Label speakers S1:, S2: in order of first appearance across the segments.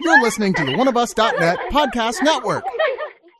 S1: You're listening to the oneofus.net podcast network.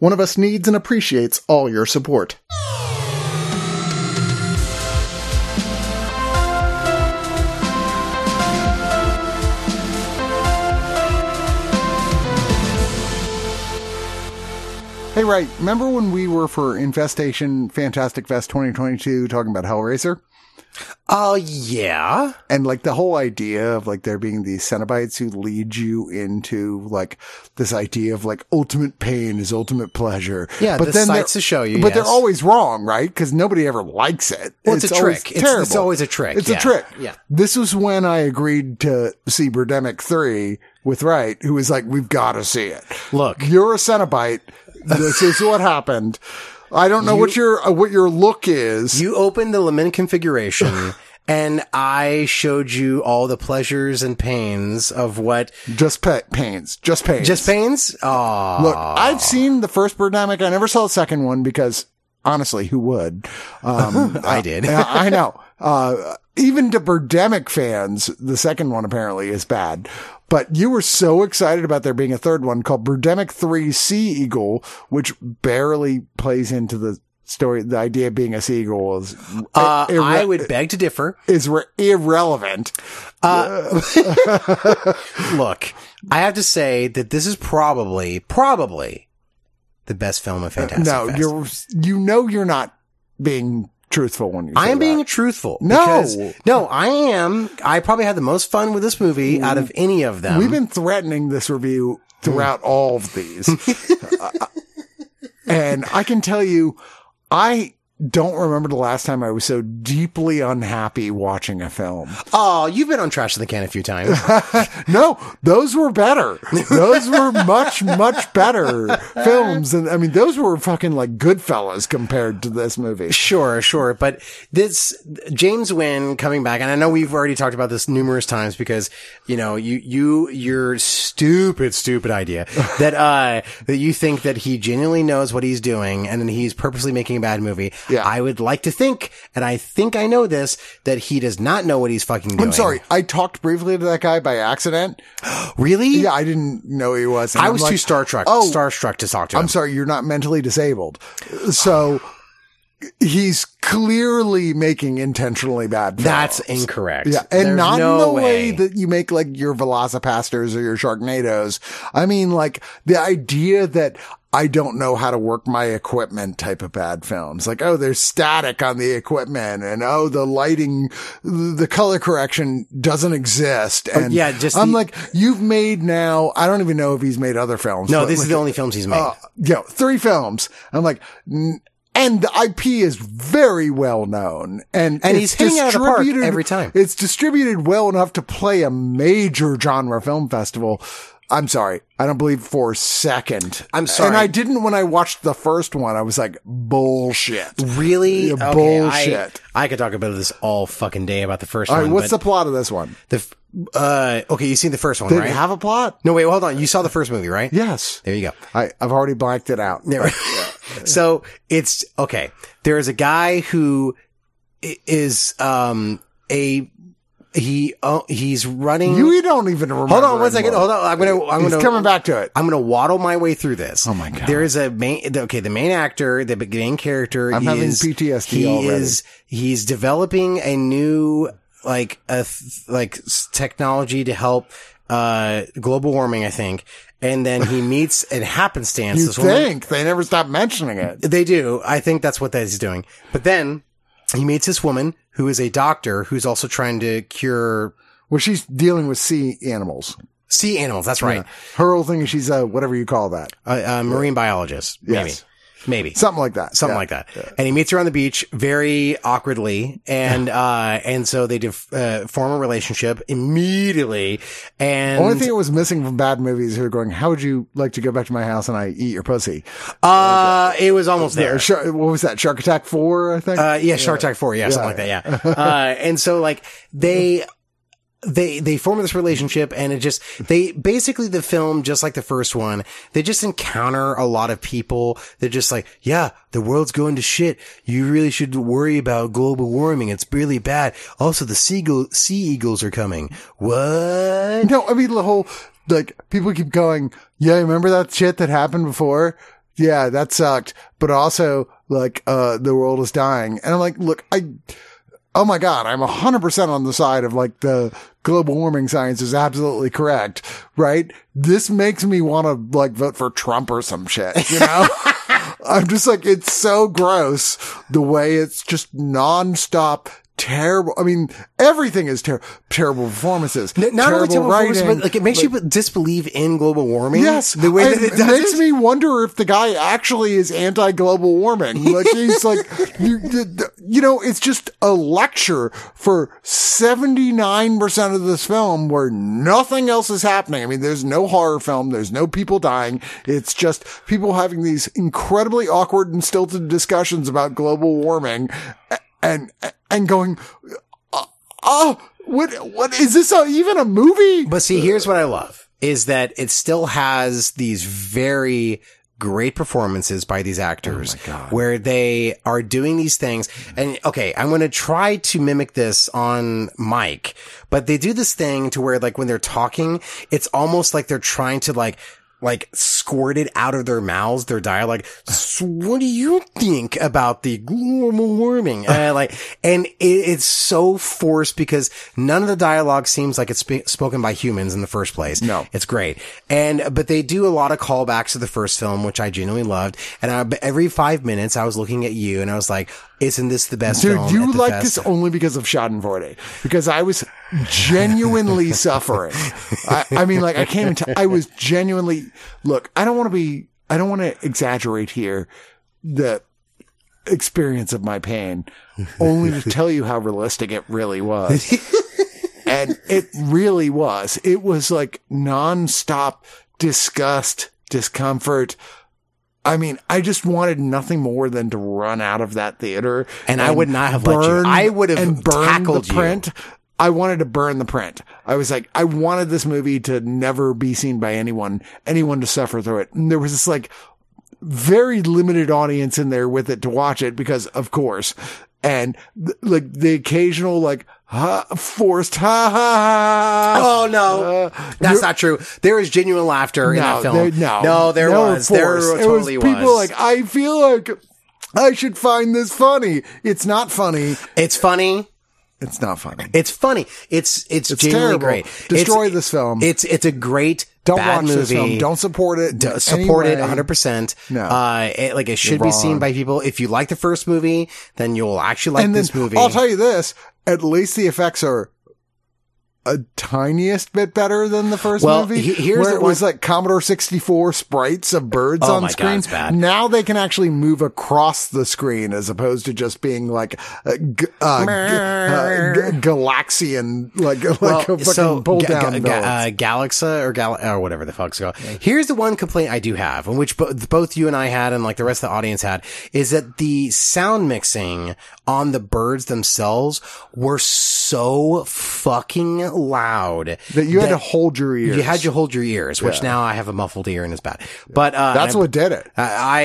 S2: One of us needs and appreciates all your support. Hey, right, remember when we were for Infestation Fantastic Fest 2022 talking about Hellraiser?
S3: Oh, yeah.
S2: and like the whole idea of like there being these centibites who lead you into like this idea of like ultimate pain is ultimate pleasure.
S3: Yeah, the
S2: they're-
S3: sights to show you,
S2: But they're
S3: yes.
S2: always wrong, right? Because nobody ever likes it.
S3: Well, it's a
S2: always
S3: trick. It's- it's
S2: terrible.
S3: always a trick,
S2: It's
S3: yeah,
S2: a trick.
S3: yeah.
S2: This was when I agreed to see Birdemic Three with Wright, who was like, "We've got to see it.
S3: Look.
S2: you're a centibite. this is what happened." I don't know what your uh, what your look is.
S3: You opened the Lamin configuration and I showed you all the pleasures and pains of what
S2: just pet pains. Just pains.
S3: just pains? Oh,
S2: Look, I've seen the first Birdemic. I never saw the second one because honestly, who would? Um,
S3: I did.
S2: I, I know. Uh, even to Birdemic fans, the second one apparently is bad. But you were so excited about there being a third one called Birdemic 3 Sea Eagle, which barely plays into the story. The idea of being a seagull is,
S3: uh,
S2: irre-
S3: I would beg to differ.
S2: is re- irrelevant.
S3: Look, I have to say that this is probably, probably the best film of Fantastic
S2: no,
S3: Fest.
S2: you're, you know, you're not being truthful when you say
S3: I am
S2: that.
S3: being truthful.
S2: No.
S3: because- no, I am. I probably had the most fun with this movie out of any of them.
S2: We've been threatening this review throughout all of these. Uh, and I can tell you, I don't remember the last time I was so deeply unhappy watching a film.
S3: oh, you've been on Trash in the Can a few times.
S2: No, those were better. Those were much, much better films. And I mean, those were fucking like Goodfellas compared to this movie.
S3: Sure, sure. But this James Wynn coming back, and I know we've already talked about this numerous times because, you know, you, you, your stupid, stupid idea that, uh, that you think that he genuinely knows what he's doing and then he's purposely making a bad movie.
S2: Yeah.
S3: I would like to think, and I think I know this, that he does not know what he's fucking doing.
S2: I'm sorry. I talked briefly to that guy by accident.
S3: Really?
S2: Yeah, I didn't know he was. And
S3: I
S2: I'm
S3: was
S2: like,
S3: too Star Trek,
S2: Oh,
S3: starstruck to talk to him.
S2: I'm sorry, you're not mentally disabled. So he's clearly making intentionally bad. Films.
S3: That's incorrect.
S2: yeah, and
S3: There's
S2: not
S3: no
S2: in the way. that you make like your Velocipastors or your Sharknadoes. I mean, like the idea that I don't know how to work my equipment type of bad films. Like, oh, there's static on the equipment, and oh, the lighting, the color correction doesn't exist. And
S3: Oh, yeah, just
S2: I'm
S3: the-
S2: like, you've made now. I don't even know if he's made other films.
S3: no,
S2: but,
S3: these
S2: like,
S3: are the only films he's made.
S2: uh, you know, three films. I'm like, n- and the IP is very well known, and
S3: And
S2: it's
S3: he's hitting it out of the park
S2: distributed-
S3: every time.
S2: It's distributed well enough to play a major genre film festival. I'm sorry, I don't believe for a second.
S3: I'm sorry.
S2: and I didn't when I watched the first one. I was like, bullshit.
S3: Really?
S2: Yeah,
S3: Okay, I-
S2: bullshit.
S3: I, could talk about this all fucking day about the first
S2: All right,
S3: one.
S2: what's the
S3: but
S2: plot of this one?
S3: the? f- uh, okay, you seen the first one,
S2: Did
S3: right?
S2: it have a plot?
S3: no, wait, hold on. You saw the first movie, right?
S2: Yes,
S3: There you go.
S2: I, I've already blanked it out.
S3: There. so it's okay. There is a guy who i- is um a he oh, he's running.
S2: You, you don't even remember.
S3: e- hold on one second.
S2: anymore.
S3: Hold on. I'm gonna. I'm
S2: He's
S3: gonna
S2: coming back to it.
S3: I'm gonna waddle my way through this. Oh
S2: my God.
S3: There is a main okay, the main actor, the main character
S2: I'm having
S3: is
S2: PTSD
S3: he
S2: already.
S3: is he's developing a new like a th- like s- technology to help uh global warming, I think. And then he meets and happenstance
S2: You
S3: this woman-
S2: think they never stop mentioning it?
S3: they do. I think that's what that is doing. But then he meets this woman who is a doctor who's also trying to cure
S2: Well, she's dealing with sea animals.
S3: sea animals. That's right.
S2: Her whole thing is she's a whatever you call that.
S3: A, a marine biologist, maybe.
S2: Yes.
S3: maybe
S2: Something like that.
S3: something
S2: Yeah.
S3: like that. And he meets her on the beach very awkwardly, and uh, and so they def- uh, form a relationship immediately. And
S2: Only thing that was missing from bad movies who were going, How would you like to go back to my house and I eat your pussy?
S3: uh, it was almost
S2: Yeah,
S3: there.
S2: Shark, what was that? Shark Attack 4, I think?
S3: Uh, yeah, Shark Attack Four, yeah, something like that, yeah. uh, and so like they. They, they form this relationship and it just, they basically the film, just like the first one, they just encounter a lot of people. They're just like, yeah, the world's going to shit. You really should worry about global warming. It's really bad. Also, the seagull, sea eagles are coming. What?
S2: no, I mean, the whole, like, people keep going, Yeah, remember that shit that happened before? Yeah, that sucked. But also, like, uh, the world is dying. And I'm like, Look, I, oh my God, I'm 100% on the side of like the global warming science is absolutely correct, right? This makes me want to like vote for Trump or some shit, you know? I'm just like, it's so gross the way it's just nonstop terrible. I mean, everything is ter- terrible performances.
S3: N- Not
S2: terrible
S3: only terrible
S2: writing,
S3: performance, but like it makes you disbelieve in global warming.
S2: Yes,
S3: The way that
S2: and
S3: it does
S2: makes
S3: it.
S2: me wonder if the guy actually is anti-global warming. Like he's like, you, you- you know, it's just a lecture for seventy nine percent of this film where nothing else is happening. I mean, there's no horror film, there's no people dying. It's just people having these incredibly awkward and stilted discussions about global warming, a- and and going, uh, oh, what what is this? A, even a movie?
S3: But see, here's what I love is that it still has these very great performances by these actors where they are doing these things. And okay, I'm going to try to mimic this on mic, but they do this thing to where like when they're talking, it's almost like they're trying to like, like squirt it out of their mouths, their dialogue. "So what do you think about the global warming? Uh, like, and it, it's so forced because none of the dialogue seems like it's sp- spoken by humans in the first place.
S2: No.
S3: It's great. And, but they do a lot of callbacks to the first film, which I genuinely loved. And I, every five minutes I was looking at you and I was like, isn't this the best
S2: Dude,
S3: film
S2: you
S3: at the
S2: like
S3: fest-
S2: this only because of Schadenfreude, because I was genuinely suffering. I, I mean, like, I can't even tell. I was genuinely, look, I don't want to be, I don't want to exaggerate here the experience of my pain, only to tell you how realistic it really was. and it really was. It was like nonstop disgust, discomfort. I mean, I just wanted nothing more than to run out of that theater.
S3: And I would not have let you. I would have
S2: and burn
S3: tackled
S2: the
S3: you.
S2: print. I wanted to burn the print. I was like, I wanted this movie to never be seen by anyone, anyone to suffer through it. And there was this like very limited audience in there with it to watch it because of course and th- like the occasional like ha, forced ha ha ha
S3: Oh no, that's not true. There is genuine laughter in that
S2: Uh, no,
S3: film.
S2: there, no
S3: no, there
S2: They were
S3: was. There
S2: forced. It
S3: totally
S2: was people like I feel like I should find this funny. It's not funny.
S3: it's funny.
S2: It's not funny.
S3: It's funny. It's it's,
S2: It's
S3: genuinely
S2: terrible.
S3: great.
S2: Destroy
S3: It's-
S2: this film.
S3: It's it's a great
S2: Don't
S3: bad
S2: watch
S3: movie.
S2: this film. Don't support it. in any
S3: support it
S2: way.
S3: 100%.
S2: No.
S3: Uh, it, like it should be seen
S2: wrong.
S3: by people. If you like the first movie, then you'll actually like
S2: and
S3: this
S2: then
S3: movie.
S2: I'll tell you this: at least the effects are a tiniest bit better than the first
S3: Well,
S2: movie.
S3: he- here's
S2: where
S3: the
S2: it was like Commodore 64 sprites of birds
S3: Oh
S2: on
S3: my God,
S2: screen.
S3: it's bad.
S2: Now they can actually move across the screen as opposed to just being like uh, g- uh, g- uh, g- Galaxian, like like
S3: Well,
S2: a fucking
S3: so
S2: pull
S3: Ga-
S2: down.
S3: Ga- Ga- uh, Galaxa or Gal or whatever the fuck's called. Here's the one complaint I do have, and which bo- both you and I had, and like the rest of the audience had, is that the sound mixing on the birds themselves were so fucking loud
S2: that you had to hold your ears.
S3: You had to hold your ears, which now I have a muffled ear and it's bad. But uh,
S2: That's
S3: I-
S2: what did it.
S3: I I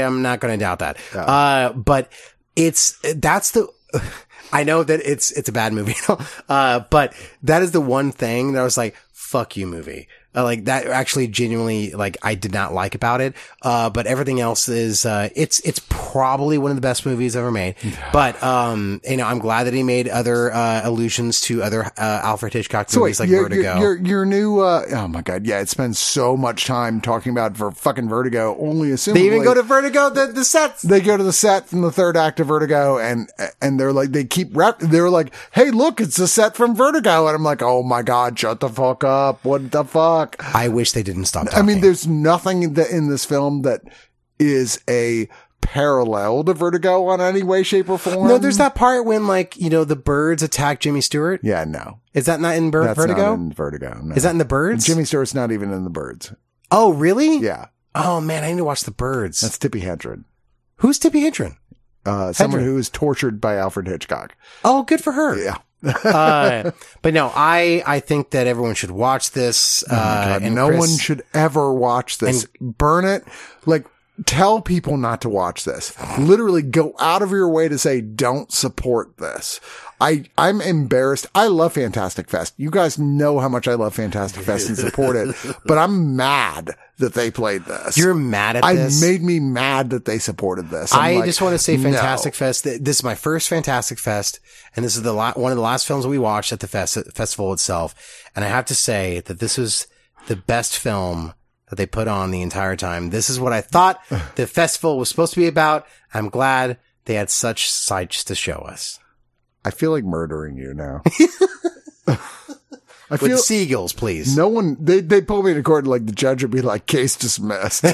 S3: am not going to doubt that. Uh, but it's that's the. I know that it's it's a bad movie, uh, but that is the one thing that I was like, "Fuck you, movie." Uh, like that actually genuinely like I did not like about it. Uh, but everything else is uh, it's it's probably one of the best movies ever made. But um, you know, I'm glad that he made other uh, allusions to other uh, Alfred Hitchcock movies like
S2: your,
S3: Vertigo.
S2: Your, your, your new, uh, oh my God. Yeah. It spends so much time talking about for fucking Vertigo, only assuming.
S3: they even go to Vertigo the the sets.
S2: They go to the set from the third act of Vertigo and, and they're like, they keep rep, they're like, Hey, look, it's the set from Vertigo. And I'm like, Oh my God, shut the fuck up. What the fuck?
S3: I wish they didn't stop.
S2: I
S3: Talking.
S2: mean, there's nothing in, the, in this film that is a parallel to Vertigo on any way, shape, or form.
S3: No, there's that part when like you know the birds attack Jimmy Stewart.
S2: Yeah, no,
S3: Is that not in Ber-
S2: that's
S3: Vertigo?
S2: not in Vertigo. no.
S3: Is that in the birds?
S2: Jimmy Stewart's not even in the Birds.
S3: Oh, really?
S2: Yeah,
S3: Oh man, I need to watch the birds.
S2: that's Tippy Hedren,
S3: Who's Tippi Hedren?
S2: uh, someone
S3: Hedren.
S2: who is tortured by Alfred Hitchcock.
S3: Oh, good for her.
S2: Yeah.
S3: uh, but no, I I think that everyone should watch this. Uh,
S2: Oh God,
S3: and
S2: no
S3: Chris-
S2: one should ever watch this. Burn it. Like, tell people not to watch this. Literally go out of your way to say, don't support this. I, I'm embarrassed. I love Fantastic Fest. You guys know how much I love Fantastic Fest and support it, but I'm mad that they played this.
S3: You're mad at
S2: I
S3: this.
S2: made me mad that they supported this. I'm
S3: I
S2: like,
S3: just want to say
S2: no.
S3: Fantastic Fest. Th- This is my first Fantastic Fest, and this is the la- one of the last films we watched at the fest- festival itself. And I have to say that this was the best film that they put on the entire time. This is what I thought the festival was supposed to be about. I'm glad they had such sights to show us
S2: I feel like murdering you now. I
S3: with
S2: feel
S3: seagulls, please.
S2: no one. They they pull me in a court and like the judge would be like, case dismissed.